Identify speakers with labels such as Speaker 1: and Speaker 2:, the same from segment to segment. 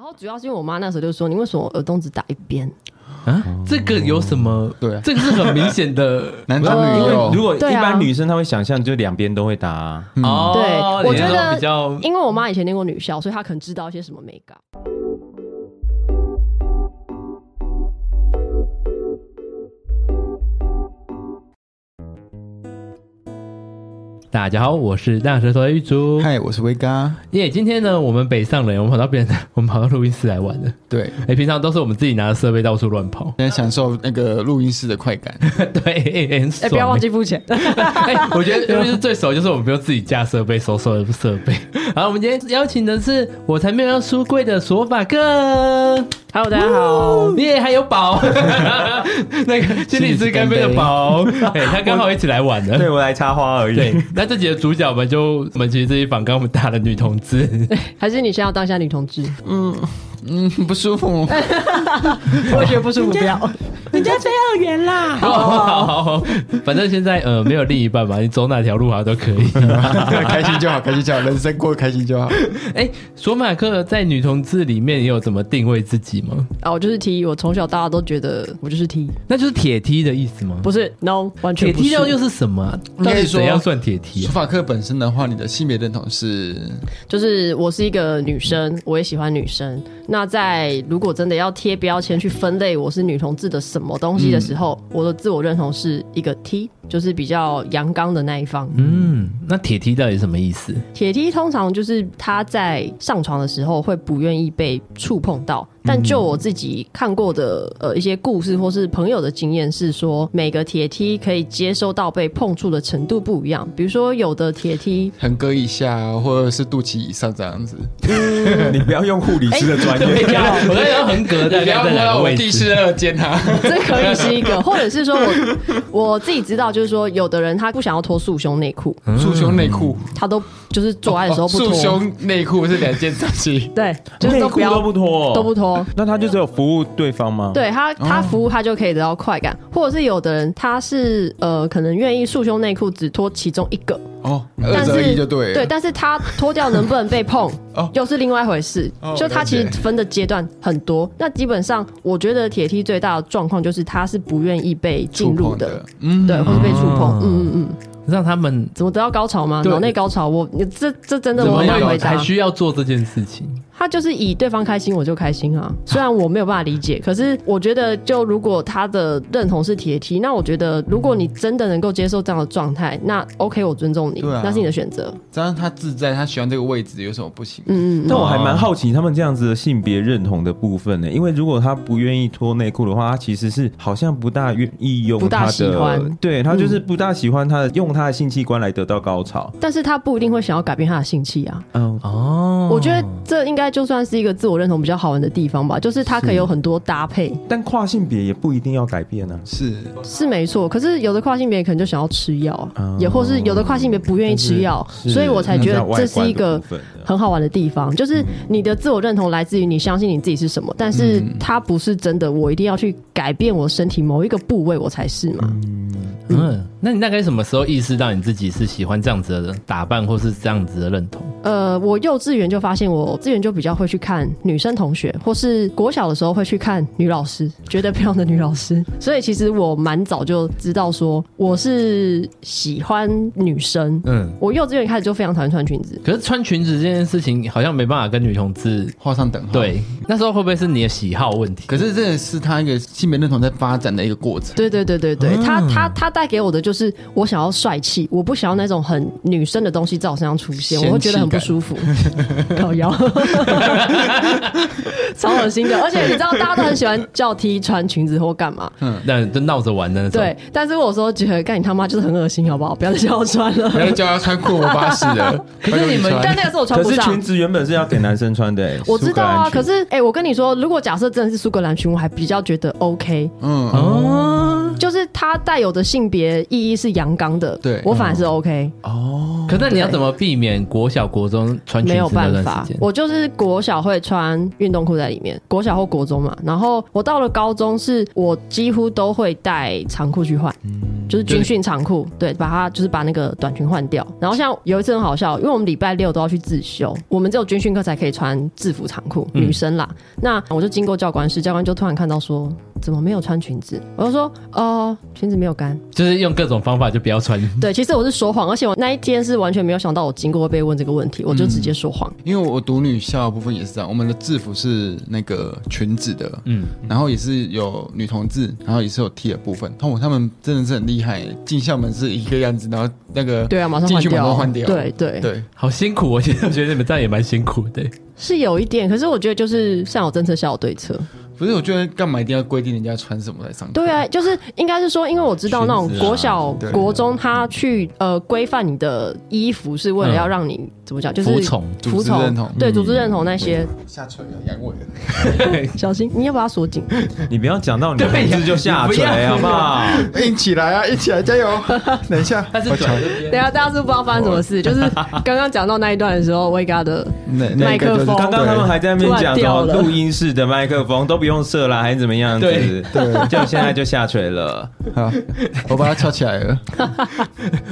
Speaker 1: 后主要是因为我妈那时候就说：“你为什么耳洞只打一边
Speaker 2: 啊，这个有什么？
Speaker 3: 对啊
Speaker 2: 这个是很明显 的
Speaker 3: 男左
Speaker 1: 呃
Speaker 3: 女
Speaker 1: 因为
Speaker 3: 右，
Speaker 4: 如果一
Speaker 1: 对啊
Speaker 4: 般女生，她会想象就两边都会打啊。
Speaker 2: 哦。
Speaker 1: 对我觉得
Speaker 2: 你说比较？”
Speaker 1: 因为我妈以前念过女校，所以她可能知道一些什么美感。
Speaker 2: 大家好，我是大舌头的玉竹。
Speaker 3: 嗨，我是威嘎。
Speaker 2: 耶今天呢，我们北上人，我们跑到别人的， 我们跑到录音室来玩的。
Speaker 3: 对，
Speaker 2: 哎、平常都是我们自己拿着设备到处乱跑，
Speaker 3: 现在享受那个录音室的快感。
Speaker 2: 对，欸欸很爽、
Speaker 1: 哎、不要忘记付钱。
Speaker 2: 哎、我觉得 就是最熟，就是我们不用自己架设备，收收的设备。 好，我们今天邀请的是我才没有要书柜的索法克，
Speaker 1: Hello，大家 好。
Speaker 2: 耶、还有宝，那个心理师干杯的宝， 哎、他刚好一起来玩
Speaker 1: 哎
Speaker 4: 对
Speaker 2: 的。
Speaker 4: 我来插花而已。
Speaker 2: 对，那这集的主角我们就我们其实这一访刚我们打了女同志，
Speaker 1: 还是你先要当一下女同志？
Speaker 3: 嗯，不舒服。
Speaker 1: 我觉得不舒服，不要。
Speaker 5: 人家飞二元啦，
Speaker 2: 好好好好，反正现在呃没有另一半嘛，你走哪条路好像都可以。
Speaker 3: 开心就好，开心就好，人生过得开心就好。
Speaker 2: 哎、索马克在女同志里面也有怎么定位自己吗？
Speaker 1: 啊，我就是 T，我从小到大都觉得我就是 T，
Speaker 2: 那就是铁梯的意思吗？
Speaker 1: 不是 No，完全
Speaker 2: 铁
Speaker 1: 不是。
Speaker 2: 梯肉又是什么啊？
Speaker 3: 应
Speaker 2: 到
Speaker 3: 该
Speaker 2: 底
Speaker 3: 是说
Speaker 2: 怎样算铁梯
Speaker 3: 书
Speaker 2: 啊？
Speaker 3: 法课本身的话，你的性别认同是
Speaker 1: 就是我是一个女生，我也喜欢女生。那在如果真的要贴标签去分类我是女同志的什么东西的时候，
Speaker 2: 嗯
Speaker 1: 我的自我认同是一个 T，就是比较阳刚的那一方。
Speaker 2: 嗯，那铁梯到底什么意思？
Speaker 1: 铁梯通常就是他在上床的时候会不愿意被触碰到，
Speaker 4: 嗯
Speaker 1: 但就我自己看过的呃一些故事或是朋友的经验是说，每个铁梯可以接收到被碰触的程度不一样。比如说有的铁 梯，
Speaker 3: 横割以下，啊或者是肚脐以上这样子。
Speaker 4: 你不要用护理师的专业。
Speaker 1: 哎
Speaker 2: 我在要横膈大
Speaker 3: 不
Speaker 2: 概
Speaker 3: 要摸
Speaker 2: 在哪
Speaker 3: 到
Speaker 2: 个
Speaker 3: 我
Speaker 2: 位
Speaker 3: 第
Speaker 2: 置？
Speaker 3: 十二间啊！
Speaker 1: 这可以是一个，或者是说我我自己知道，就是说有的人他不想要脱束胸内裤，
Speaker 3: 束胸内裤，哦
Speaker 1: 他都就是做爱的时候不
Speaker 4: 哦
Speaker 3: 束
Speaker 1: 脱，。
Speaker 3: 胸内裤是两件东西
Speaker 1: 对，就是
Speaker 4: 内
Speaker 1: 都
Speaker 4: 裤
Speaker 1: 不要
Speaker 4: 都不脱，
Speaker 1: 都不。脱。
Speaker 4: 那他就只有服务对方
Speaker 3: 哦
Speaker 4: 吗？，
Speaker 1: 对他，他服务他就可以得到快感，或者是有的人他是呃，可能愿意束胸内裤只脱其中一个，
Speaker 3: 哦，
Speaker 1: 但
Speaker 3: 二择
Speaker 1: 是
Speaker 3: 一就对了。
Speaker 1: 对，但是他脱掉能不能被碰
Speaker 3: 哦，
Speaker 1: 又是另外一回事
Speaker 3: 哦。
Speaker 1: 就他
Speaker 3: 了
Speaker 1: 其
Speaker 3: 解
Speaker 1: 实分的阶段很多，那基本上我觉得铁梯最大的状况就是他是不愿意被进入的，，
Speaker 3: 嗯，
Speaker 1: 对，或者被触
Speaker 2: 哦
Speaker 1: 碰，嗯嗯嗯，
Speaker 2: 让他们
Speaker 1: 怎么得到高潮吗？
Speaker 2: 对
Speaker 1: 脑内高潮，我你这这真的
Speaker 2: 怎
Speaker 1: 我
Speaker 2: 么
Speaker 1: 很难
Speaker 2: 样
Speaker 1: 回
Speaker 2: 还
Speaker 1: 答。
Speaker 2: 需要做这件事情？
Speaker 1: 他就是以对方开心我就开心啊，虽然我没有办法理解，可是我觉得就如果他的认同是铁梯，那我觉得如果你真的能够接受这样的状态，那 OK，我尊重你，
Speaker 3: 对啊
Speaker 1: 那是你的选择。
Speaker 3: 只要他自在，他喜欢这个位置，有什么不行？
Speaker 1: 嗯嗯嗯，
Speaker 4: 但我还蛮好奇他们这样子的性别认同的部分呢、因为如果他不愿意脱内裤的话，他其实是好像不大愿意用
Speaker 1: 不大
Speaker 4: 他
Speaker 1: 喜
Speaker 4: 的
Speaker 1: 欢，
Speaker 4: 对他就是不大喜欢他的、用他的性器官来得到高潮。
Speaker 1: 但是他不一定会想要改变他的性器啊。
Speaker 4: 嗯，
Speaker 2: 哦，
Speaker 1: 我觉得这应该就算是一个自我认同比较好玩的地方吧，就是它可以有很多搭配，
Speaker 4: 但跨性别也不一定要改变啊呢、
Speaker 3: 是，
Speaker 1: 是没错。可是有的跨性别可能就想要吃药啊，
Speaker 4: 哦
Speaker 1: 也或是有的跨性别不愿意吃药，
Speaker 4: 是
Speaker 1: 所以我才觉得这是一个
Speaker 4: 那比较外观的部分的
Speaker 1: 很好玩的地方，就是你的自我认同来自于你相信你自己是什么，但是
Speaker 2: 嗯
Speaker 1: 它不是真的，我一定要去改变我身体某一个部位我才是嘛。
Speaker 2: 嗯，那你大概什么时候意识到你自己是喜欢这样子的打扮，或是这样子的认同？
Speaker 1: 呃，我幼稚园就发现我资源就比较会去看女生同学，或是国小的时候会去看女老师，觉得漂亮的女老师。所以其实我蛮早就知道说我是喜欢女生。
Speaker 2: 嗯，
Speaker 1: 我幼稚园开始就非常讨厌穿裙子，
Speaker 2: 可是穿裙子这件事情好像没办法跟女同志。
Speaker 3: 画上等号。，
Speaker 1: 嗯
Speaker 2: 对，那时候会不会是你的喜好问题？
Speaker 3: 可是这也是他一个性别认同在发展的一个 过程。
Speaker 1: 对对对对对，
Speaker 4: 嗯
Speaker 1: 他他他带给我的就是我想要帅气，我不想要那种很女生的东西在我身上出现，我会觉得很不舒服， 靠腰， 超恶心的。而且你知道，大家都很喜欢叫 T 穿裙子或干嘛，
Speaker 4: 嗯
Speaker 2: 那就闹着玩的那种。
Speaker 1: 对，但是我说觉得干你他妈就是很恶心，好不好？不要再叫我穿
Speaker 3: 然
Speaker 1: 了。
Speaker 3: 后叫他穿裤，我发誓了。 可
Speaker 2: 是你们
Speaker 1: 但那个时候我穿
Speaker 4: 可
Speaker 1: 不
Speaker 4: 是裙
Speaker 1: 上。
Speaker 4: 子原本是要给男生穿的、欸，
Speaker 1: 我知道
Speaker 4: 苏格
Speaker 1: 啊，
Speaker 4: 兰裙
Speaker 1: 可是哎、我跟你说，如果假设真的是苏格兰裙，我还比较觉得 OK，
Speaker 3: 嗯，
Speaker 2: 哦，
Speaker 1: 就是它带有的性别意义是阳刚的，
Speaker 3: 对
Speaker 1: 我反而是 OK，、
Speaker 2: 可是那你要怎么避免国小国中穿裙
Speaker 1: 没
Speaker 2: 子
Speaker 1: 有
Speaker 2: 那
Speaker 1: 办
Speaker 2: 段
Speaker 1: 法
Speaker 2: 时间。？
Speaker 1: 我就是国小会穿运动裤在里面，国小或
Speaker 2: 嗯
Speaker 1: 国中嘛，然后我到了高中是我几乎都会带长裤去换，就是军训长裤，对，把它就是把那个短裙换掉。然后像有一次很好笑，因为我们礼拜六都要去自修，我们只有军训课才可以穿制服长裤，
Speaker 2: 嗯
Speaker 1: 女生啦。那我就经过教官室，教官就突然看到说，怎么没有穿裙子？我就说，哦，裙子没有干。
Speaker 2: 就是用各种方法就不要穿。
Speaker 1: 对，其实我是说谎，而且我那一天是完全没有想到我经过会被问这个问题，我就直接说谎。
Speaker 3: 因为我读女校的部分也是这样，我们的制服是那个裙子的，
Speaker 2: 嗯
Speaker 3: 嗯，然后也是有女同志，然后也是有 T 的部分。他们他们真的是很厉害，进校门是一个样子，然后那个
Speaker 1: 对啊，马上
Speaker 3: 进
Speaker 1: 换
Speaker 3: 去马
Speaker 1: 掉，
Speaker 3: 上换掉，
Speaker 1: 对对
Speaker 3: 对，
Speaker 2: 好辛苦哦，我现在觉得你们这样也蛮辛苦的。
Speaker 1: 是有一点，可是我觉得就是上有政策，下有对策。
Speaker 3: 不是我觉得干嘛一定要规定人家穿什么来上课？
Speaker 1: 对啊，就是应该是说，因为我知道那种
Speaker 4: 裙子啊
Speaker 1: 国小、
Speaker 3: 对
Speaker 1: 国中，他去呃规范你的衣服，是为了要让你怎么讲，就是
Speaker 2: 服从
Speaker 3: 嗯组织
Speaker 1: 服从
Speaker 3: 认同嗯
Speaker 1: 对组织认同那些。
Speaker 3: 下垂了，阳痿了。
Speaker 1: 小心，你要把它锁紧。
Speaker 4: 你不要讲到你的
Speaker 2: 对呀
Speaker 4: 名字就下垂
Speaker 2: 你不要
Speaker 4: 好不好？
Speaker 3: 硬起来啊，硬起来，加油！等一下，
Speaker 2: 但是
Speaker 3: 我瞧
Speaker 1: 等一下啊大家是不是不知道发生什么 事，就是刚刚讲到那一段的时候，威嘎的
Speaker 3: 那那个
Speaker 1: 麦克风
Speaker 3: 就是
Speaker 4: 刚刚他们还在那边讲
Speaker 1: 突然
Speaker 4: 什
Speaker 1: 掉
Speaker 4: 么
Speaker 1: 了
Speaker 4: 录音室的麦克风都不用设啦，还是怎么样
Speaker 2: 对
Speaker 4: 子？对，就现在就下垂了。
Speaker 3: 好，我把它翘起来了。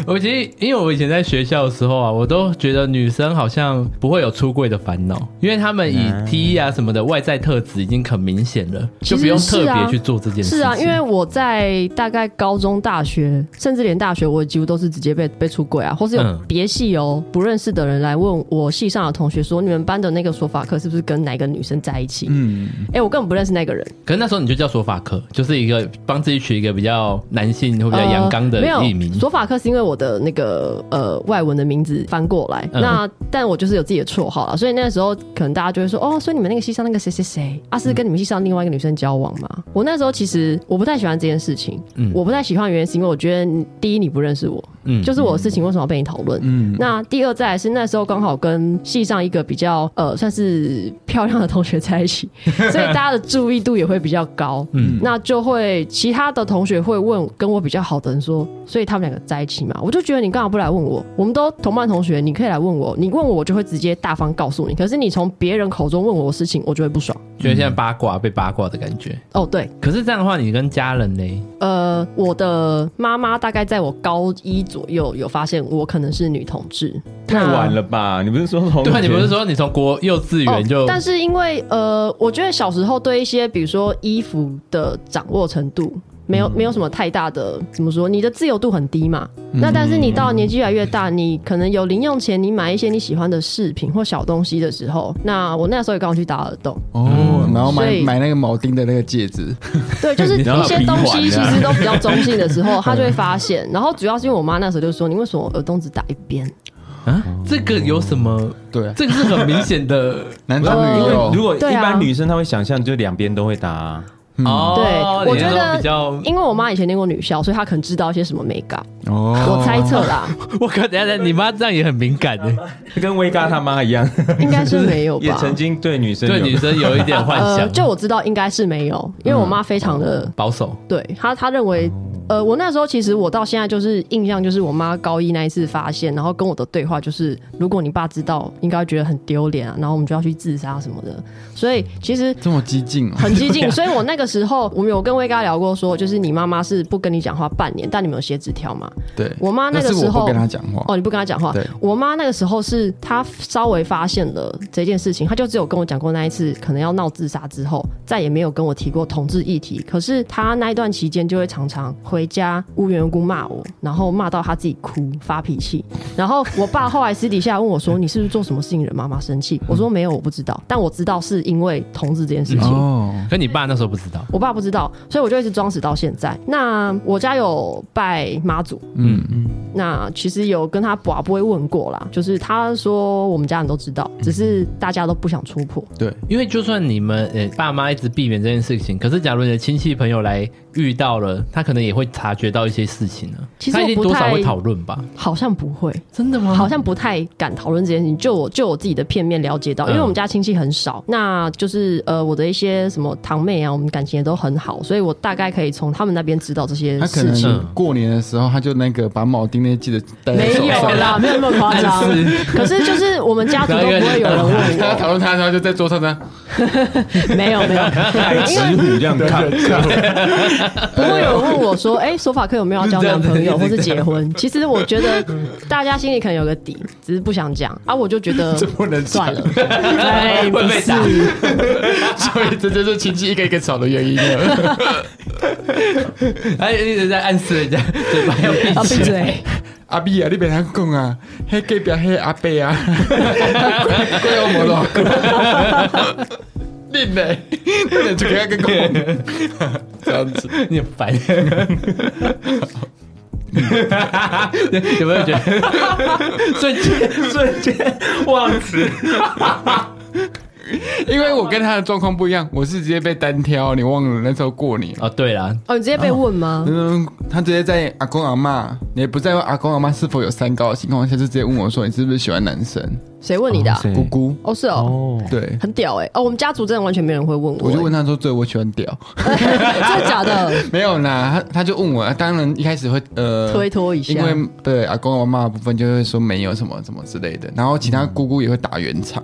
Speaker 2: 我其实因为我以前在学校的时候啊，我都觉得女生好像不会有出柜的烦恼，因为她们以 T 啊什么的外在特质已经很明显了，
Speaker 1: 嗯其实
Speaker 2: 就不用特
Speaker 1: 是啊
Speaker 2: 别去做这件事情。
Speaker 1: 是啊，因为我在大概高中、大学，甚至连大学，我几乎都是直接被被出轨啊，或是有
Speaker 2: 嗯
Speaker 1: 别系哦、不认识的人来问我系上的同学说，你们班的那个说法课是不是跟哪个女生在一起？嗯，哎、我根本不认识那个人，
Speaker 2: 可是那时候你就叫索法克，就是一个帮自己取一个比较男性或比较阳刚的
Speaker 1: 呃没
Speaker 2: 艺
Speaker 1: 有
Speaker 2: 名。
Speaker 1: 索法克是因为我的那个呃外文的名字翻过来，
Speaker 2: 嗯
Speaker 1: 那但我就是有自己的绰号了，所以那时候可能大家就会说，哦，所以你们那个系上那个谁谁谁，啊是跟你们系上另外一个女生交往嘛？我那时候其实我不太喜欢这件事情，
Speaker 2: 嗯
Speaker 1: 我不太喜欢的原因是因为我觉得你第一你不认识我，
Speaker 2: 嗯
Speaker 1: 就是我的事情为什么要被你讨论？
Speaker 3: 嗯
Speaker 1: 那第二再来是那时候刚好跟系上一个比较呃算是漂亮的同学在一 起，所以大家的注意度也会比较高。嗯，那就会其他的同学会问跟我比较好的人说，所以他们两个在一起嘛？我就觉得你干嘛不来问我？我们都同班同学，你可以来问我，你问我我就会直接大方告诉你。可是你从别人口中问我的事情，我就会不爽。
Speaker 2: 觉得现在八卦被八卦的感觉。
Speaker 1: 哦，对，
Speaker 2: 可是这样的话，你跟家人呢？
Speaker 1: 呃，我的妈妈大概在我高一左右有发现我可能是女同志，
Speaker 4: 太
Speaker 1: 那
Speaker 4: 晚了吧？你不是说从
Speaker 2: 啊对啊，你不是说你从国幼稚园就、
Speaker 1: 哦。但是因为呃，我觉得小时候对一些比如说衣服的掌握程度。没
Speaker 4: 嗯
Speaker 1: 有没有什么太大的怎么说，你的自由度很低嘛。
Speaker 4: 嗯
Speaker 1: 那但是你到年纪越来越大，你可能有零用钱，你买一些你喜欢的饰品或小东西的时候，那我那时候也刚好去打耳洞，
Speaker 3: 哦，然后
Speaker 1: 所
Speaker 3: 买
Speaker 1: 以
Speaker 3: 买那个铆钉的那个戒指，
Speaker 1: 对，就是
Speaker 4: 你让
Speaker 1: 一
Speaker 4: 他
Speaker 1: 些
Speaker 4: 比
Speaker 1: 东
Speaker 4: 完
Speaker 1: 西其
Speaker 4: 啊
Speaker 1: 实都比较中性的时候，他就会发现。 然后主要是因为我妈那时候就说：“你为什么耳洞只打一边？”
Speaker 2: 啊，这个有什么？
Speaker 3: 对啊，
Speaker 2: 这个是很明显的
Speaker 3: 男男女
Speaker 1: 呃
Speaker 3: 女有，
Speaker 4: 如果一
Speaker 1: 对啊
Speaker 4: 般女生她会想象就两边都会打啊，
Speaker 2: 哦。
Speaker 1: 嗯对我
Speaker 2: 你那时候
Speaker 1: 觉得
Speaker 2: 比较
Speaker 1: 因为我妈以前念过女校，所以她可能知道一些什么美感，
Speaker 3: 哦
Speaker 1: 我猜测啦，
Speaker 2: 我靠，等一下，等一下你妈这样也很敏感欸的，
Speaker 4: 跟威嘎他妈一样，
Speaker 1: 应该是没有
Speaker 4: 也
Speaker 1: 吧？
Speaker 4: 曾经对女生
Speaker 2: 对
Speaker 4: 有
Speaker 2: 女生有一点幻
Speaker 1: 呃，
Speaker 2: 想，
Speaker 1: 就我知道应该是没有，因为我妈非常的、
Speaker 2: 保守。
Speaker 1: 对她，她认为，呃，我那时候其实我到现在就是印象就是我妈高一那一次发现，然后跟我的对话就是，如果你爸知道，应该会觉得很丢脸啊，然后我们就要去自杀什么的，所以其实。
Speaker 3: 这么激进哦，
Speaker 1: 很激进，所以我那个时候，我们有跟威哥聊过说就是你妈妈是不跟你讲话半年，但你们有写纸条嘛？
Speaker 3: 对，
Speaker 1: 我妈那个
Speaker 3: 但是
Speaker 1: 时
Speaker 3: 我
Speaker 1: 候
Speaker 3: 不跟他讲话，
Speaker 1: 哦，你不跟她讲话
Speaker 3: 对。
Speaker 1: 我妈那个时候是她稍微发现了这件事情，她就只有跟我讲过那一次可能要闹自杀之后，再也没有跟我提过同志议题。可是她那一段期间就会常常回家无缘无故骂我，然后骂到她自己哭发脾气。然后我爸后来私底下问我说：“你是不是做什么事情惹妈妈生气？”我说：“没有，我不知道，但我知道是因为同志这件事情。
Speaker 3: 哦，
Speaker 2: 可你爸那时候不知道，
Speaker 1: 我爸不知道，所以我就一直装死到现在。那我家有拜妈祖，
Speaker 3: 嗯
Speaker 1: 那其实有跟他爸不会问过啦，就是他说我们家人都知道，只是大家都不想出破。
Speaker 3: 对，
Speaker 2: 因为就算你们呃、爸妈一直避免这件事情，可是假如你的亲戚朋友来遇到了，他可能也会察觉到一些事情呢、
Speaker 1: 其实
Speaker 2: 他一定
Speaker 1: 我不
Speaker 2: 多少
Speaker 1: 太
Speaker 2: 会讨论吧？
Speaker 1: 好像不会，
Speaker 2: 真
Speaker 3: 嗯
Speaker 2: 的吗？
Speaker 1: 好像不太敢讨论这件事情。就我就我自己的片面了解到，因为
Speaker 2: 嗯
Speaker 1: 我们家亲戚很少，那就是呃我的一些什么堂妹啊，我们感情也都很好，所以我大概可以从他们那边知道这些
Speaker 3: 他可
Speaker 1: 事情。
Speaker 3: 能过年的时候，他就那个把铆钉那记得戴在
Speaker 1: 没
Speaker 3: 手
Speaker 1: 有
Speaker 3: 上。
Speaker 1: 啦，没有那么夸张。可是就是我们家族都不会有人问
Speaker 3: 大家
Speaker 1: 我。
Speaker 3: 讨论他，然后就在桌上呢。
Speaker 1: 没有没有，因
Speaker 4: 纸
Speaker 1: 为
Speaker 4: 虎这样看，
Speaker 1: 不 会有人问我说，哎，索法克有没有要交男朋友
Speaker 2: 这
Speaker 1: 或
Speaker 2: 样子
Speaker 1: 是结婚？其实我觉得大家心里可能有个底，只是不想讲啊。我就觉得
Speaker 3: 不能讲
Speaker 1: 算了，哎，不
Speaker 2: 会被 打
Speaker 1: 是，
Speaker 3: 所以这就是亲戚一个一个吵的原因了。
Speaker 2: 哎，一直在暗示人家嘴巴要
Speaker 1: 要
Speaker 2: 闭
Speaker 1: 啊闭
Speaker 2: 起 来。
Speaker 1: 嘴。
Speaker 3: 阿 B 啊，你别他讲啊，黑隔壁黑阿伯 啊，怪我摩洛， 你呢？你就给他个讲， 这样子。
Speaker 2: 你很烦。 有没有觉得瞬间瞬间忘词？
Speaker 3: 因为我跟他的状况不一样，我是直接被单挑，你忘了那时候过年。
Speaker 2: 哦，对了，
Speaker 1: 哦，你直接被问吗？
Speaker 3: 嗯，他直接在阿公阿妈，也不在乎阿公阿妈是否有三高的情况下，就直接问我说：“你是不是喜欢男生
Speaker 1: 谁问你的啊？？”
Speaker 3: 姑姑，
Speaker 1: 哦，是哦，
Speaker 4: 哦，
Speaker 3: 嗯对，
Speaker 1: 很屌哎。哦，我们家族真的完全没人会问我
Speaker 3: 我就问
Speaker 1: 欸，
Speaker 3: 他说：“对，我喜欢屌。
Speaker 1: 真的假的？”
Speaker 3: 没有啦，他他就问我，当然一开始会呃
Speaker 1: 推脱一下
Speaker 3: 因为对阿公阿妈的部分就会说没有什么什么之类的，然后其他姑姑也会打圆场，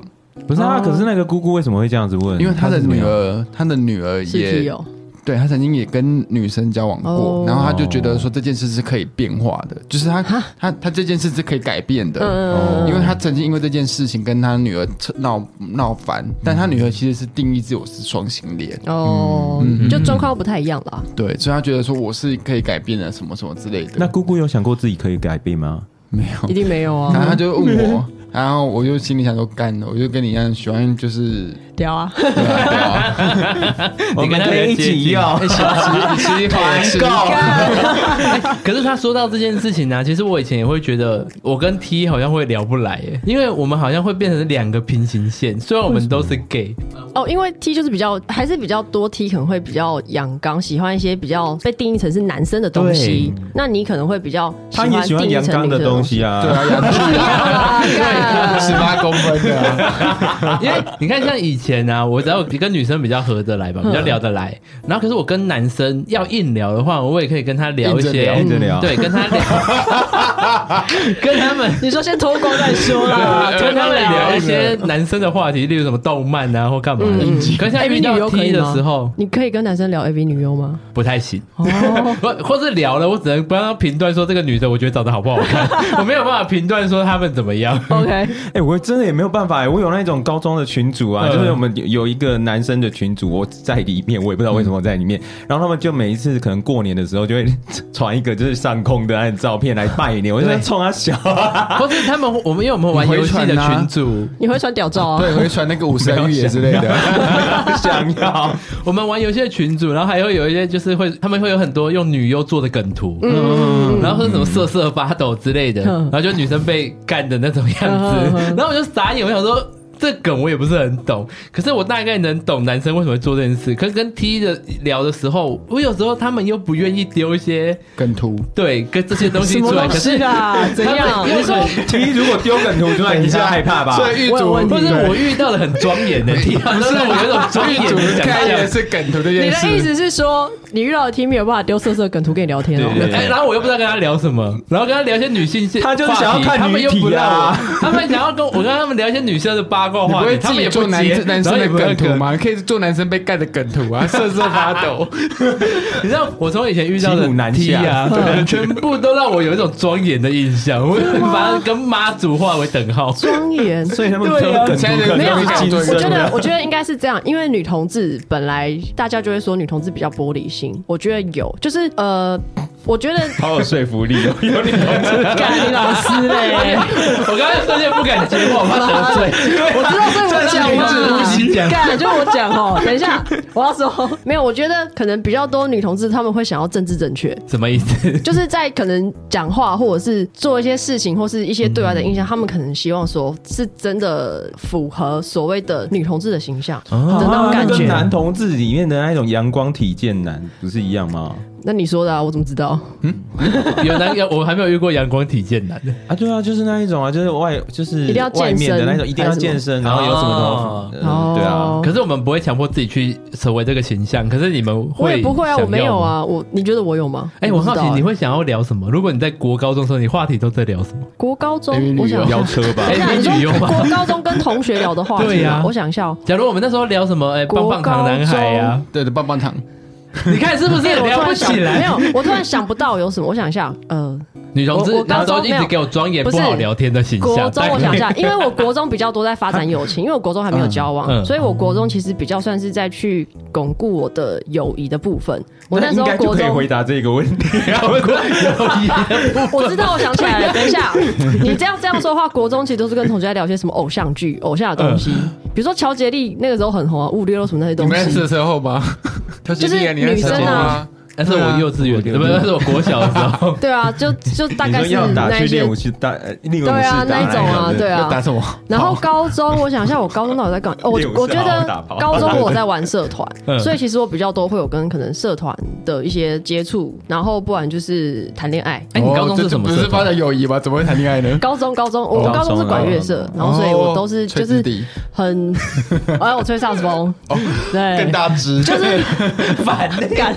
Speaker 4: 不是啊，可是那个姑姑为什么会这样子问？
Speaker 3: 因为他的
Speaker 4: 是没
Speaker 3: 女
Speaker 4: 有
Speaker 3: 儿，他的女儿
Speaker 1: 是
Speaker 3: 也
Speaker 1: 体哦，
Speaker 3: 对他曾经也跟女生交往过，
Speaker 1: 哦
Speaker 3: 然后他就觉得说这件事是可以变化的，就是他
Speaker 1: 哈
Speaker 3: 他他这件事是可以改变的。
Speaker 4: 哦
Speaker 1: 嗯，
Speaker 3: 因为他曾经因为这件事情跟他女儿扯闹闹翻，但他女儿其实是定义自我是双性恋，
Speaker 1: 哦，就状况不太一样啦。
Speaker 3: 对，所以他觉得说我是可以改变的什么什么之类的。
Speaker 4: 那姑姑有想过自己可以改变
Speaker 2: 嗯
Speaker 4: 吗？
Speaker 3: 没有，
Speaker 1: 一定没有
Speaker 3: 然后
Speaker 1: 啊，
Speaker 3: 他就问我，然后我就心里想说干了，我就跟你一样喜欢就是
Speaker 1: 屌啊！
Speaker 3: 对啊对啊
Speaker 4: 我
Speaker 2: 你跟他
Speaker 4: 们可以一起用。
Speaker 2: 哎
Speaker 3: 一起吃一起吃一口，
Speaker 2: 可是他说到这件事情呢、其实我以前也会觉得我跟 T 好像会聊不来耶，因为我们好像会变成两个平行线，虽然我们都是 gay，
Speaker 1: 哦，因为 T 就是比较还是比较多 T 可能会比较阳刚，喜欢一些比较被定义成是男生的东西。那你可能会比较
Speaker 4: 他也喜欢
Speaker 1: 定义
Speaker 4: 阳
Speaker 1: 成
Speaker 4: 刚
Speaker 1: 女
Speaker 4: 的
Speaker 1: 生
Speaker 4: 东
Speaker 1: 东。
Speaker 4: 西啊，
Speaker 3: 对啊，洋
Speaker 1: 不
Speaker 3: 芋
Speaker 1: 一样啦干
Speaker 3: 十八公分的啊。
Speaker 2: 因为你看像以前啊，我只要跟女生比较合得来
Speaker 3: 嗯
Speaker 2: 吧，比较聊得来，然后可是我跟男生要硬聊的话，我也可以跟他聊一
Speaker 3: 硬着
Speaker 2: 些
Speaker 3: 聊，
Speaker 4: 硬着聊
Speaker 2: 对，跟他聊， 跟他们
Speaker 1: 你说先脱光再说啦，脱
Speaker 2: 跟他
Speaker 1: 光
Speaker 2: 们聊
Speaker 1: 聊
Speaker 2: 一。些男生的话题，例如什么动漫啊或干
Speaker 4: 嗯
Speaker 2: 嘛
Speaker 3: 嗯
Speaker 2: 的。可是像
Speaker 4: 哎
Speaker 1: A V
Speaker 2: 遇
Speaker 1: 女
Speaker 2: 到
Speaker 1: 优
Speaker 2: T
Speaker 1: 可以
Speaker 2: 的
Speaker 1: 吗
Speaker 2: 时
Speaker 3: 哎
Speaker 2: 候
Speaker 1: 你可以跟男生聊 A V 女优吗？哦
Speaker 2: 不太行， 或或是聊了，我只能帮他评断说这个女的我觉得长得好不好看，我没有办法评断说他们怎么 样。
Speaker 1: OK，
Speaker 4: 哎、我真的也没有办法、我有那种高中的群组啊，
Speaker 2: 嗯
Speaker 4: 就是我们有有一个男生的群组，我在里面，我也不知道为什么我在里面。然后他们就每一次可能过年的时候，就会传一个就是上空的那种照片来拜年，我就在冲他笑。啊
Speaker 2: 或是他们我们因为我们玩游戏的
Speaker 3: 你回传啊
Speaker 2: 群组，
Speaker 1: 你会穿屌照啊？
Speaker 3: 对，会传那个五神预言之类的。
Speaker 4: 不 想要，
Speaker 2: 我们玩游戏的群组，然后还会有一些就是会他们会有很多用女优做的梗图，嗯，然后说什么瑟瑟发抖之类的，
Speaker 1: 嗯
Speaker 2: 然后就女生被干的那种样
Speaker 1: 嗯
Speaker 2: 子
Speaker 1: 嗯，嗯
Speaker 2: 然后我就傻眼，我想说。这梗我也不是很懂，可是我大概能懂男生为什么会做这件事。可是跟 T 的聊的时候，我有时候他们又不愿意丢一些
Speaker 3: 梗图，
Speaker 2: 对跟这些东西
Speaker 1: 什么
Speaker 2: 出来，可
Speaker 1: 东
Speaker 2: 是
Speaker 1: 西啊？怎
Speaker 2: 他
Speaker 1: 样？
Speaker 2: 们又
Speaker 1: 你说
Speaker 4: 其实如果丢梗图出来，你是害怕 吧？
Speaker 3: 所以玉
Speaker 1: 我有
Speaker 3: 主
Speaker 1: 问
Speaker 2: 或
Speaker 1: 题
Speaker 2: 者我遇到的很庄严的 T，不是我有一种庄
Speaker 3: 玉
Speaker 2: 严
Speaker 3: 主
Speaker 2: 的想
Speaker 3: 开
Speaker 2: 象
Speaker 3: 的。是梗图这
Speaker 1: 你
Speaker 3: 件
Speaker 1: 的意
Speaker 3: 事。
Speaker 1: 思是说，你遇到的 T 没有办法丢色色梗图跟你聊天哦？
Speaker 4: 对对
Speaker 2: 哎，然后我又不知道跟他聊什么，然后跟他聊一些女性性话
Speaker 4: 他
Speaker 2: 题，
Speaker 4: 就是想要看
Speaker 2: 他们又
Speaker 4: 女体
Speaker 2: 不让我
Speaker 4: 啊，
Speaker 2: 他们想要跟我跟他们聊一些女生的八卦
Speaker 3: 你不
Speaker 2: 话题，
Speaker 3: 会
Speaker 2: 他
Speaker 3: 自
Speaker 2: 们也
Speaker 3: 己
Speaker 2: 不
Speaker 3: 做男
Speaker 2: 接，
Speaker 3: 男
Speaker 2: 然后
Speaker 3: 生
Speaker 2: 也
Speaker 3: 的
Speaker 2: 不会
Speaker 3: 梗图
Speaker 2: 跟？
Speaker 3: 吗？你可以做男生被干的梗图 啊，瑟瑟发抖。
Speaker 2: 你知道我从以前遇到的
Speaker 4: 骑虎难
Speaker 2: T 啊，
Speaker 4: 下
Speaker 2: 对全部都让我有一种庄严的印象，我把它跟妈祖划为等号。
Speaker 1: 庄严。
Speaker 4: 所以他们丢梗图 可
Speaker 1: 没有，哎
Speaker 4: 能
Speaker 1: 我
Speaker 4: 会
Speaker 3: 竞
Speaker 4: 精
Speaker 3: 争
Speaker 1: 觉
Speaker 4: 神
Speaker 1: 得
Speaker 4: 啊。
Speaker 1: 我觉得应该是这样，因为女同志本来大家就会说女同志比较玻璃心，我觉得有，就是呃，我觉得
Speaker 4: 好有说服 力哦，有你同志，
Speaker 1: 干你老 师欸嘞，
Speaker 2: 哎我刚才瞬间不敢接话，我怕得罪。
Speaker 1: 我知道所以我讲
Speaker 2: 这是女子无形
Speaker 1: 嘛，
Speaker 2: 讲
Speaker 1: 干就我讲哦，等一下我要说，没有，我觉得可能比较多女同志她们会想要政治正确，
Speaker 2: 什么意思？
Speaker 1: 就是在可能讲话或者是做一些事情或是一些对外的印象，他们可能希望说是真的符合所谓的女同志的形象的那种感
Speaker 4: 跟
Speaker 1: 觉。
Speaker 4: 男同志里面的那种阳光体健男不是一样吗？
Speaker 1: 那你说的、啊，我怎么知道？
Speaker 2: 有男有我还没有遇过阳光体健男的，
Speaker 4: 啊，对啊，就是那一种啊，就是外就是
Speaker 1: 一定要健身
Speaker 4: 外面的那种，一定要
Speaker 1: 还是什么
Speaker 4: 健身，然后有什么
Speaker 2: 哦
Speaker 4: 的，嗯对啊，
Speaker 2: 可是我们不会强迫自己去成为这个形象，可是你们会
Speaker 1: 我也不会啊，
Speaker 2: 想要
Speaker 1: 我没有
Speaker 2: 吗。
Speaker 1: 啊，我你觉得我有吗？
Speaker 2: 哎、我
Speaker 1: 不知
Speaker 2: 好
Speaker 1: 道
Speaker 2: 奇你
Speaker 1: 欸
Speaker 2: 会想要聊什么？如果你在国高中的时候，你话题都在聊什么？
Speaker 1: 国高中
Speaker 3: AV，
Speaker 1: 我想
Speaker 3: 旅游
Speaker 4: 飙车吧
Speaker 1: 等一，下
Speaker 2: 哎
Speaker 1: 你
Speaker 2: 你旅游
Speaker 1: 说
Speaker 2: 吗
Speaker 1: 国高中跟同学聊的话
Speaker 2: 对
Speaker 1: 题
Speaker 2: 呀
Speaker 1: 吗？我想一下哦，
Speaker 2: 假如我们那时候聊什么，哎、棒
Speaker 1: 国
Speaker 2: 棒糖男孩呀、
Speaker 3: 对对，棒棒糖，
Speaker 2: 啊， 你看是不是
Speaker 1: 哎我突
Speaker 2: 聊不
Speaker 1: 然想
Speaker 2: 起来？
Speaker 1: 没有，我突然想不到有什么。我想一下，呃，
Speaker 2: 女同志
Speaker 1: 我我
Speaker 2: 那
Speaker 1: 高中
Speaker 2: 时候一
Speaker 1: 没
Speaker 2: 直
Speaker 1: 有
Speaker 2: 给我庄严
Speaker 1: 不是
Speaker 2: 不好聊天的形
Speaker 1: 国
Speaker 2: 象。
Speaker 1: 中我想一下，因为我国中比较多在发展友情，因为我国中还没有交往，
Speaker 2: 嗯嗯
Speaker 1: 所以我国中其实比较算是在去巩固我的友谊的部分。 我那时
Speaker 4: 应
Speaker 1: 候
Speaker 4: 该就
Speaker 1: 国
Speaker 4: 可以
Speaker 1: 中
Speaker 4: 回答这个问题。
Speaker 1: 我知道，我想起来了。等一下，你这样这样说的话，国中其实都是跟同学在聊些什么偶像剧、偶像的东西，比如说乔杰利那个时候很红啊，物六什么那些
Speaker 3: 嗯你
Speaker 1: 东
Speaker 3: 们认识
Speaker 1: 西。
Speaker 3: 的时候吧？ 调节力啊，
Speaker 1: 就是
Speaker 3: 你认识的时候
Speaker 1: 女生
Speaker 3: 吗
Speaker 1: 啊？。
Speaker 2: 那是我幼稚园，对
Speaker 4: 对啊
Speaker 2: 不是？那是我国小的时候
Speaker 1: 对啊，就就大
Speaker 4: 你
Speaker 1: 概
Speaker 4: 说
Speaker 1: 是
Speaker 4: 要打
Speaker 1: 那
Speaker 4: 去
Speaker 1: 一些
Speaker 4: 练武。器打，呃练武
Speaker 1: 对
Speaker 4: 士
Speaker 1: 啊
Speaker 4: 打，
Speaker 1: 那一种啊，对
Speaker 3: 要打
Speaker 1: 啊。
Speaker 3: 什么？
Speaker 1: 然后
Speaker 3: 好
Speaker 1: 高中，我想一下，我高中到底在干嘛？ 哦我
Speaker 4: 练武士
Speaker 1: 我觉
Speaker 4: 好好打
Speaker 1: 得
Speaker 4: 炮
Speaker 1: 高中我在玩社 团，
Speaker 2: 嗯
Speaker 1: 所以其实我比较多会有跟可能社团的一些接触，然后不然就是谈恋爱。
Speaker 2: 哎、你高中
Speaker 3: 哦这
Speaker 2: 是什么
Speaker 3: 这
Speaker 2: 社
Speaker 3: 不是发
Speaker 2: 团？
Speaker 3: 展友谊吗？怎么会谈恋爱呢？
Speaker 1: 高中高中我我
Speaker 4: 高
Speaker 1: 高
Speaker 4: 中
Speaker 1: 中是管乐社
Speaker 4: 啊，
Speaker 1: 然后所以我都
Speaker 3: 哦
Speaker 1: 是就
Speaker 3: 吹
Speaker 1: 是
Speaker 3: 直笛
Speaker 1: 很， 哎，我吹萨克斯风，
Speaker 3: 哦更
Speaker 1: 对，
Speaker 3: 大只，
Speaker 1: 哎就是
Speaker 2: 反感，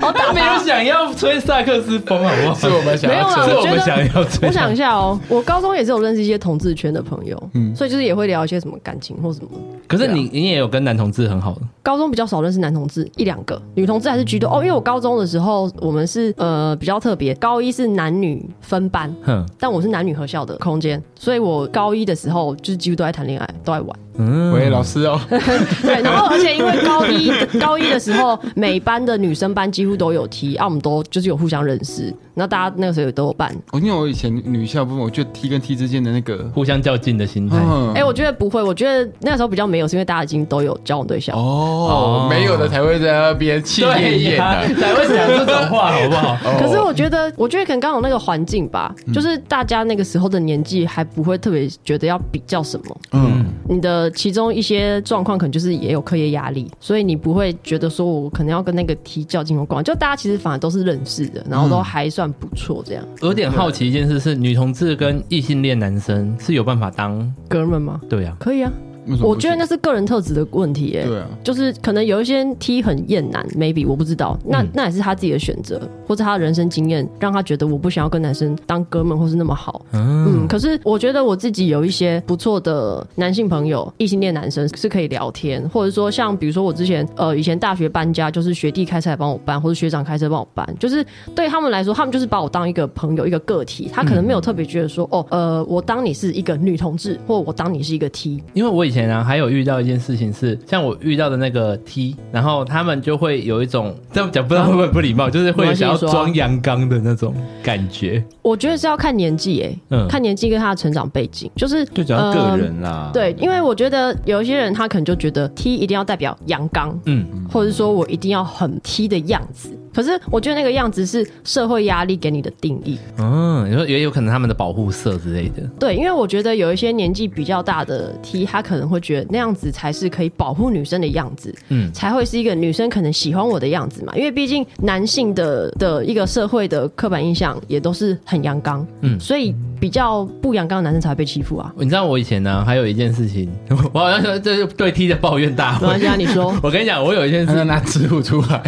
Speaker 1: 好打
Speaker 2: 他没有
Speaker 1: 发。
Speaker 2: 想要吹萨克斯风，好不好？
Speaker 3: 是我们想
Speaker 1: 没有啊
Speaker 3: 要
Speaker 1: 啦，
Speaker 2: 这是我
Speaker 3: 吹
Speaker 2: 们
Speaker 1: 觉
Speaker 2: 想要
Speaker 1: 得
Speaker 2: 追
Speaker 1: 我想一下哦，我高中也是有认识一些同志圈的朋友，
Speaker 3: 嗯
Speaker 1: 嗯，所以就是也会聊一些什么感情或什么。
Speaker 2: 可是你你也有跟男同志很好的，
Speaker 1: 高中比较少认识男同志，一两个，女同志还是居多哦。因为我高中的时候，我们是呃比较特别，高一是男女分班，
Speaker 2: 哼，
Speaker 1: 但我是男女合校的空间，所以我高一的时候就是几乎都在谈恋爱，都在玩。
Speaker 2: 嗯，
Speaker 3: 喂，老师 哦，
Speaker 1: 对，然后而且因为高一 高一的时候，每班的女生班几乎都有踢，啊，我们都就是有互相认识，那大家那个时候也都有办。
Speaker 3: 哦我因为我以前女校部分，我觉得 T 跟 T 之间的那个，
Speaker 2: 互相较劲的心态。
Speaker 3: 嗯
Speaker 1: 哎、，我觉得不会，我觉得那时候比较没有，是因为大家已经都有交往对象。
Speaker 3: 哦，没有的才会在那边气焰
Speaker 2: 对
Speaker 3: 焰
Speaker 2: 呀，
Speaker 3: 的。
Speaker 2: 才会讲这种话，好不好？
Speaker 3: 哦
Speaker 1: 可是我觉得，我觉得可能刚好那个环境吧，
Speaker 3: 嗯
Speaker 1: 就是大家那个时候的年纪还不会特别觉得要比较什么，
Speaker 3: 嗯，
Speaker 1: 你的其中一些状况可能就是也有课业压力，所以你不会觉得说我可能要跟那个踢较劲或干嘛，就大家其实反而都是认识的，然
Speaker 3: 嗯
Speaker 1: 后都还算不错这样。
Speaker 2: 有点好奇一件事是，女同志跟异性恋男生是有办法当
Speaker 1: 哥们吗？
Speaker 2: 对呀、
Speaker 1: 可以啊，
Speaker 3: 为什么不
Speaker 1: 我觉得那是个人特质的问题耶、
Speaker 3: 对啊，
Speaker 1: 就是可能有一些人 T 很厌男，maybe 我不知道，那、
Speaker 3: 嗯
Speaker 1: 那也是他自己的选择，或者他的人生经验让他觉得我不想要跟男生当哥们或是那么好。
Speaker 3: 啊
Speaker 1: 嗯，可是我觉得我自己有一些不错的男性朋友，异性恋男生是可以聊天，或者说像比如说我之前呃以前大学搬家，就是学弟开车来帮我搬，或者学长开车帮我搬，就是对他们来说，他们就是把我当一个朋友一个个体，他可能没有特别觉得说、哦呃我当你是一个女同志，或我当你是一个 T，
Speaker 2: 因为我以前啊，还有遇到一件事情是，像我遇到的那个 T，然后他们就会有一种这样讲，不知道会不会不礼貌，就是会有想要
Speaker 1: 没关系你说啊
Speaker 2: 装阳刚的那 种感觉。
Speaker 1: 我觉得是要看年纪诶、
Speaker 2: 嗯
Speaker 1: 看年纪跟他的成长背景，就是
Speaker 4: 最主要个、人啊啦
Speaker 1: 呃。，对，因为我觉得有一些人他可能就觉得 T 一定要代表阳刚，
Speaker 2: 嗯，
Speaker 1: 或者是说我一定要很 T 的样子。可是我觉得那个样子是社会压力给你的定义，
Speaker 2: 嗯，你说也有可能他们的保护色之类的。
Speaker 1: 对，因为我觉得有一些年纪比较大的 T，他可能会觉得那样子才是可以保护女生的样子，
Speaker 2: 嗯
Speaker 1: 嗯，才会是一个女生可能喜欢我的样子嘛。因为毕竟男性的的一个社会的刻板印象也都是很阳刚，
Speaker 2: 嗯
Speaker 1: 嗯，所以比较不阳刚的男生才会被欺负啊。
Speaker 2: 你知道我以前呢、还有一件事情， 我好像说这是对 T 的抱怨大
Speaker 1: 没关
Speaker 2: 会
Speaker 1: 系。 啊，你说，
Speaker 2: 我跟你讲，我有一件
Speaker 3: 他
Speaker 2: 事
Speaker 3: 要拿植物出来，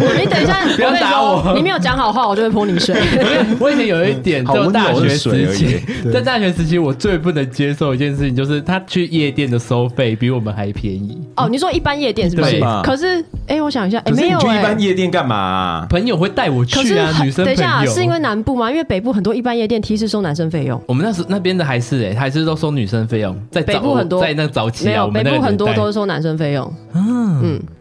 Speaker 1: 我你等一下，我
Speaker 2: 不要
Speaker 1: 跟你
Speaker 2: 打
Speaker 1: 说，
Speaker 2: 我
Speaker 1: 你没有讲好话，我就会泼你 水。
Speaker 2: 我以前有一点，
Speaker 4: 好
Speaker 2: 就
Speaker 4: 温
Speaker 2: 大
Speaker 4: 柔
Speaker 2: 学
Speaker 4: 的水
Speaker 2: 时
Speaker 4: 而
Speaker 2: 期， 在大学时期，我最不能接受一件事情，就是他去夜店的收费比我们还便宜。
Speaker 1: 哦，你说一般夜店是不
Speaker 2: 对
Speaker 1: 是
Speaker 4: 嘛？
Speaker 1: 可是，哎，我想一下，哎，
Speaker 4: 可是
Speaker 1: 没
Speaker 4: 你
Speaker 1: 有
Speaker 4: 去一
Speaker 1: 哎
Speaker 4: 般。夜店干嘛啊？
Speaker 2: 朋友会带我
Speaker 1: 可
Speaker 2: 去
Speaker 1: 是
Speaker 2: 啊，
Speaker 1: 很
Speaker 2: 女生
Speaker 1: 等一
Speaker 2: 朋
Speaker 1: 下，
Speaker 2: 友
Speaker 1: 是因为南部吗？因为北部很多一般夜店 T 是收男生费用，
Speaker 2: 我们那时那边的还是哎、还是都收女生费用，在
Speaker 1: 北
Speaker 2: 早
Speaker 1: 部很多
Speaker 2: 在那早期
Speaker 1: 没
Speaker 2: 啊，
Speaker 1: 有
Speaker 2: 我
Speaker 1: 北
Speaker 2: 们那个
Speaker 1: 部很多
Speaker 2: 年代
Speaker 1: 都是收男生费用。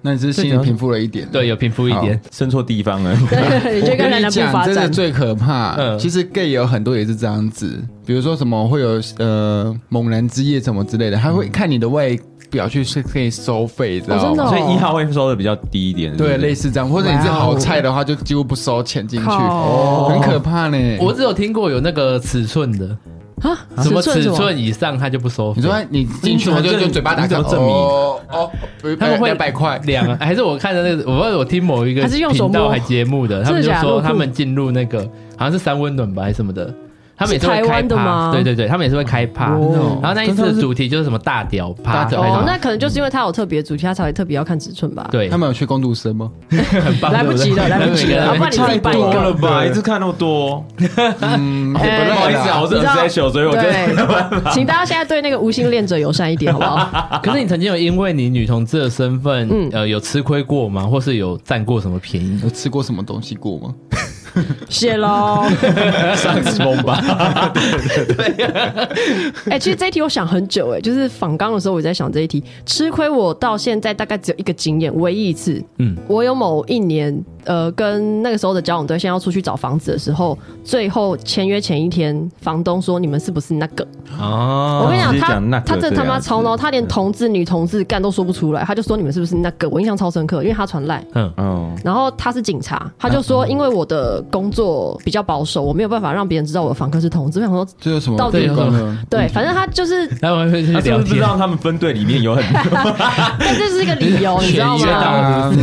Speaker 3: 那你只是心里平复了一点。
Speaker 2: 对有平复一点，
Speaker 4: 生错地方了。
Speaker 1: 对，你就跟
Speaker 3: 我跟
Speaker 1: 男
Speaker 3: 你
Speaker 1: 男不
Speaker 3: 讲，
Speaker 1: 发
Speaker 3: 真的
Speaker 1: 展。
Speaker 3: 最可怕。
Speaker 2: 嗯
Speaker 3: 其实 gay 有很多也是这样子，比如说什么会有呃猛男之夜什么之类的，他会看你的外表去是可以收费，知道
Speaker 1: 真的哦？
Speaker 3: 吗
Speaker 4: 所以一号位收的比较低一点，
Speaker 3: 对，类
Speaker 4: 类似。
Speaker 3: 似这样，或者你是好菜的话，就几乎不收钱进去，
Speaker 1: 靠
Speaker 3: 很可怕呢。
Speaker 2: 我只有听过有那个尺寸的，
Speaker 1: 啊，
Speaker 2: 什么
Speaker 1: 尺
Speaker 2: 尺
Speaker 1: 吗
Speaker 2: 寸以上他就不收费。
Speaker 3: 你说你进去，他就就嘴巴打开，
Speaker 4: 你怎么证明
Speaker 3: 哦哦，
Speaker 2: 他们会
Speaker 3: 两百块，
Speaker 2: 两啊，还是我看的那个，我不知道我听某一个
Speaker 1: 还是用手
Speaker 2: 频道
Speaker 1: 摸
Speaker 2: 还节目的，他们
Speaker 1: 真
Speaker 2: 就
Speaker 1: 的假的
Speaker 2: 说
Speaker 1: 那么酷
Speaker 2: 他们进入那个好像是三温暖吧还是什么的，他们也会
Speaker 1: 是台
Speaker 2: 开
Speaker 1: 湾的
Speaker 2: 趴，
Speaker 1: 吗
Speaker 2: 对对对，他们也是会开趴，
Speaker 4: 哦
Speaker 2: 然后那一次的主题就是什么大屌趴，
Speaker 3: 大屌趴
Speaker 2: 还是什
Speaker 1: 哦
Speaker 2: 么，
Speaker 1: 那可能就是因为它有特别主题，它才会特别要看尺寸吧。，
Speaker 2: 对
Speaker 3: 他，们有去工读生吗？
Speaker 2: 很棒，
Speaker 1: 来不及了，
Speaker 2: 对
Speaker 1: 来不及了，
Speaker 2: 对
Speaker 1: 要不然你自己办一
Speaker 4: 多了
Speaker 1: 个。
Speaker 4: 吧？一直看那么多，
Speaker 3: 嗯，
Speaker 1: 哎
Speaker 4: 不好意思啊，我是
Speaker 1: 你知道
Speaker 4: special，所以我就
Speaker 1: 对，请大家现在对那个无性恋者友善一点，好不好？
Speaker 2: 啊可是你曾经有因为你女同志的身份，
Speaker 1: 嗯
Speaker 2: 呃，有吃亏过吗？或是有占过什么便宜？
Speaker 3: 有吃过什么东西过吗？
Speaker 1: 谢喽。
Speaker 4: 上次崩吧。
Speaker 1: 哎、其实这一题我想很久、哎，就是访刚的时候我在想这一题，吃亏我到现在大概只有一个经验，唯一一次，
Speaker 2: 嗯
Speaker 1: 嗯，我有某一年，呃，跟那个时候的交往对象要出去找房子的时候，最后签约前一天，房东说你们是不是那个？
Speaker 2: 哦
Speaker 1: 我跟你
Speaker 4: 直
Speaker 1: 讲，
Speaker 4: 接讲那
Speaker 1: 他
Speaker 4: 个
Speaker 1: 他这
Speaker 4: 这
Speaker 1: 他妈
Speaker 4: 样子
Speaker 1: 超孬，他连同志、女同志干都说不出来，他就说你们是不是那个？我印象超深刻，因为他传赖。
Speaker 2: 嗯，
Speaker 4: 哦，
Speaker 1: 然后他是警察，他就说，因为我的工作比较保守，我没有办法让别人知道我的房客是同志。我想说，
Speaker 3: 这有什么
Speaker 1: 到底
Speaker 3: 对
Speaker 1: 有
Speaker 3: 关
Speaker 2: 什
Speaker 3: 的？
Speaker 1: 对，反正他就是
Speaker 2: 他们会去
Speaker 4: 他啊是
Speaker 2: 聊
Speaker 1: 啊
Speaker 4: 不是不知
Speaker 2: 天，
Speaker 4: 道他们分队里面有很多？
Speaker 1: 但这是一个理由，你知道
Speaker 2: 学
Speaker 1: 吗？
Speaker 2: 到
Speaker 3: 啊，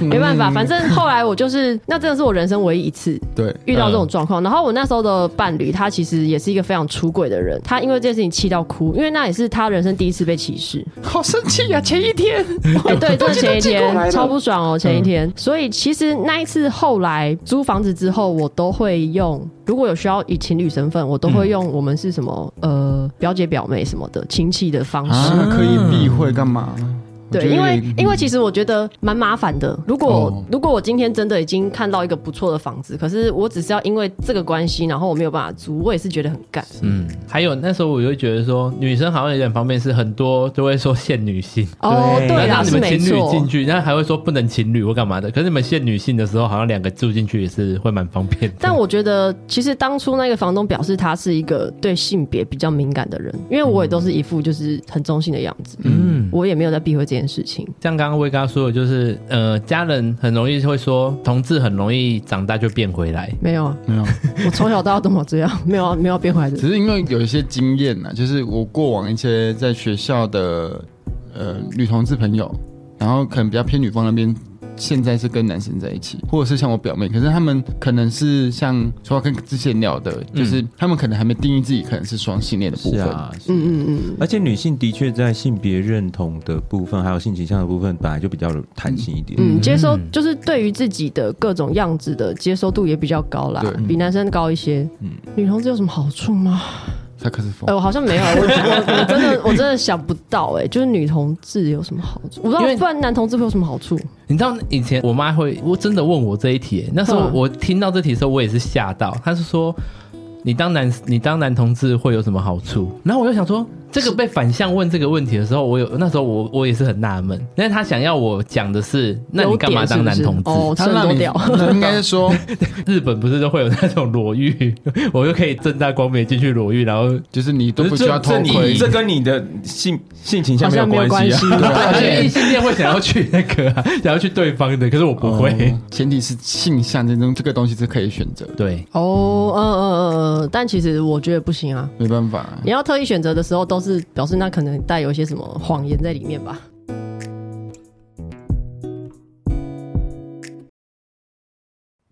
Speaker 3: 嗯
Speaker 1: 没办法，反正后来我就是，那真的是我人生唯一一次
Speaker 3: 对，嗯
Speaker 1: 遇到这种状况。然后我那时候的伴侣，他其实也是一个非常出轨的人，他因为这件事情气到哭，因为那也是他人生第一次被歧视。
Speaker 3: 好生气呀！前一天
Speaker 1: 哎、 对，真的前一天超不爽哦，前一天。
Speaker 3: 嗯
Speaker 1: 所以其实那一次后来租房子之后，我都会用，如果有需要以情侣身份，我都会用我们是什么、呃表姐表妹什么的亲戚的方式。
Speaker 3: 啊，可以避讳干嘛？
Speaker 1: 啊对，因为因
Speaker 2: 嗯
Speaker 1: 为其实我觉得蛮麻烦的。如果、
Speaker 3: 哦
Speaker 1: 如果我今天真的已经看到一个不错的房子，可是我只是要因为这个关系，然后我没有办法租，我也是觉得很干。
Speaker 2: 嗯，还有那时候我就会觉得说，女生好像有点方便，是很多都会说限女性。
Speaker 1: 哦，对
Speaker 2: 那
Speaker 1: 啦，
Speaker 2: 你
Speaker 1: 是
Speaker 2: 们
Speaker 1: 没
Speaker 2: 情侣
Speaker 1: 错。
Speaker 2: 进去，那还会说不能情侣或干嘛的。可是你们限女性的时候，好像两个住进去也是会蛮方便的。
Speaker 1: 但我觉得，其实当初那个房东表示他是一个对性别比较敏感的人，因为我也都是一副就是很中性的样子，
Speaker 2: 嗯，
Speaker 1: 我也没有在避讳这件事情。
Speaker 2: 像刚刚威刚说的，就是呃，家人很容易会说同志很容易长大就变回来。
Speaker 1: 没有啊，
Speaker 3: 没有，
Speaker 1: 我从小到大都没有这样，没有啊，没有变回来的。
Speaker 3: 只是因为有一些经验呐，就是我过往一些在学校的呃女同志朋友，然后可能比较偏女方那边。现在是跟男生在一起，或者是像我表妹，可是他们可能是像说跟之前聊的，就是他们可能还没定义自己可嗯能是啊双性恋的部
Speaker 1: 嗯
Speaker 3: 分。，
Speaker 1: 嗯嗯，
Speaker 4: 啊而且女性的确在性别认同的部分，还有性倾向的部分，本来就比较弹性一点。
Speaker 1: 嗯，接收就是对于自己的各种样子的接受度也比较高啦
Speaker 3: 对，
Speaker 1: 比男生高一些。
Speaker 2: 嗯
Speaker 1: 女同志有什么好处吗？
Speaker 3: 萨克斯
Speaker 2: 哦
Speaker 3: 风
Speaker 1: 哎、，我好像没有，我我我真的我真的想不到、哎，就是女同志有什么好处？我不知
Speaker 2: 因为
Speaker 1: 道，不然男同志会有什么好处？
Speaker 2: 你知道以前我妈会，我真的问我这一题，那时候
Speaker 1: 嗯
Speaker 2: 我听到这题的时候，我也是吓到。她是说，你当男你当男同志会有什么好处？然后我就想说，这个被反向问这个问题的时候，我有那时候我我也是很纳闷，但是她想要我讲的是，那你干嘛当男同志？
Speaker 1: 优点是不是哦，吃很多 屌。
Speaker 3: 那应该是说，
Speaker 2: 日本不是都会有那种裸浴， 我就可以正大光明地进去裸浴，然后。
Speaker 3: 就是你都不需要
Speaker 4: 这
Speaker 3: 偷
Speaker 4: 这
Speaker 3: 窥
Speaker 4: 你，这跟你的性性倾向没有关系
Speaker 1: 好像没有
Speaker 4: 啊。
Speaker 1: 关系
Speaker 2: 而且异性恋会想要去那个、啊，想要去对方的，可是我不会。
Speaker 3: 哦前提是性向这种这个东西是可以选择，的，
Speaker 2: 对，
Speaker 1: 哦，嗯嗯嗯嗯，但其实我觉得不行啊。
Speaker 3: 没办法。
Speaker 1: 你要特意选择的时候，都是表示那可能带有一些什么谎言在里面吧。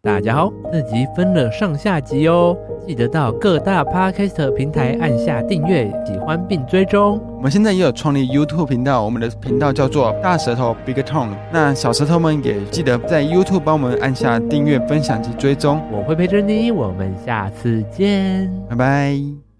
Speaker 2: 大家好，这集分了上下集哦，记得到各大 podcast 平台按下订阅、喜欢并追踪。
Speaker 6: 我们现在也有创立 YouTube 频道，我们的频道叫做大舌头 Big Tongue。那小舌头们也记得在 YouTube 帮我们按下订阅、分享及追踪，
Speaker 2: 我会陪着你，我们下次见。
Speaker 6: 拜拜。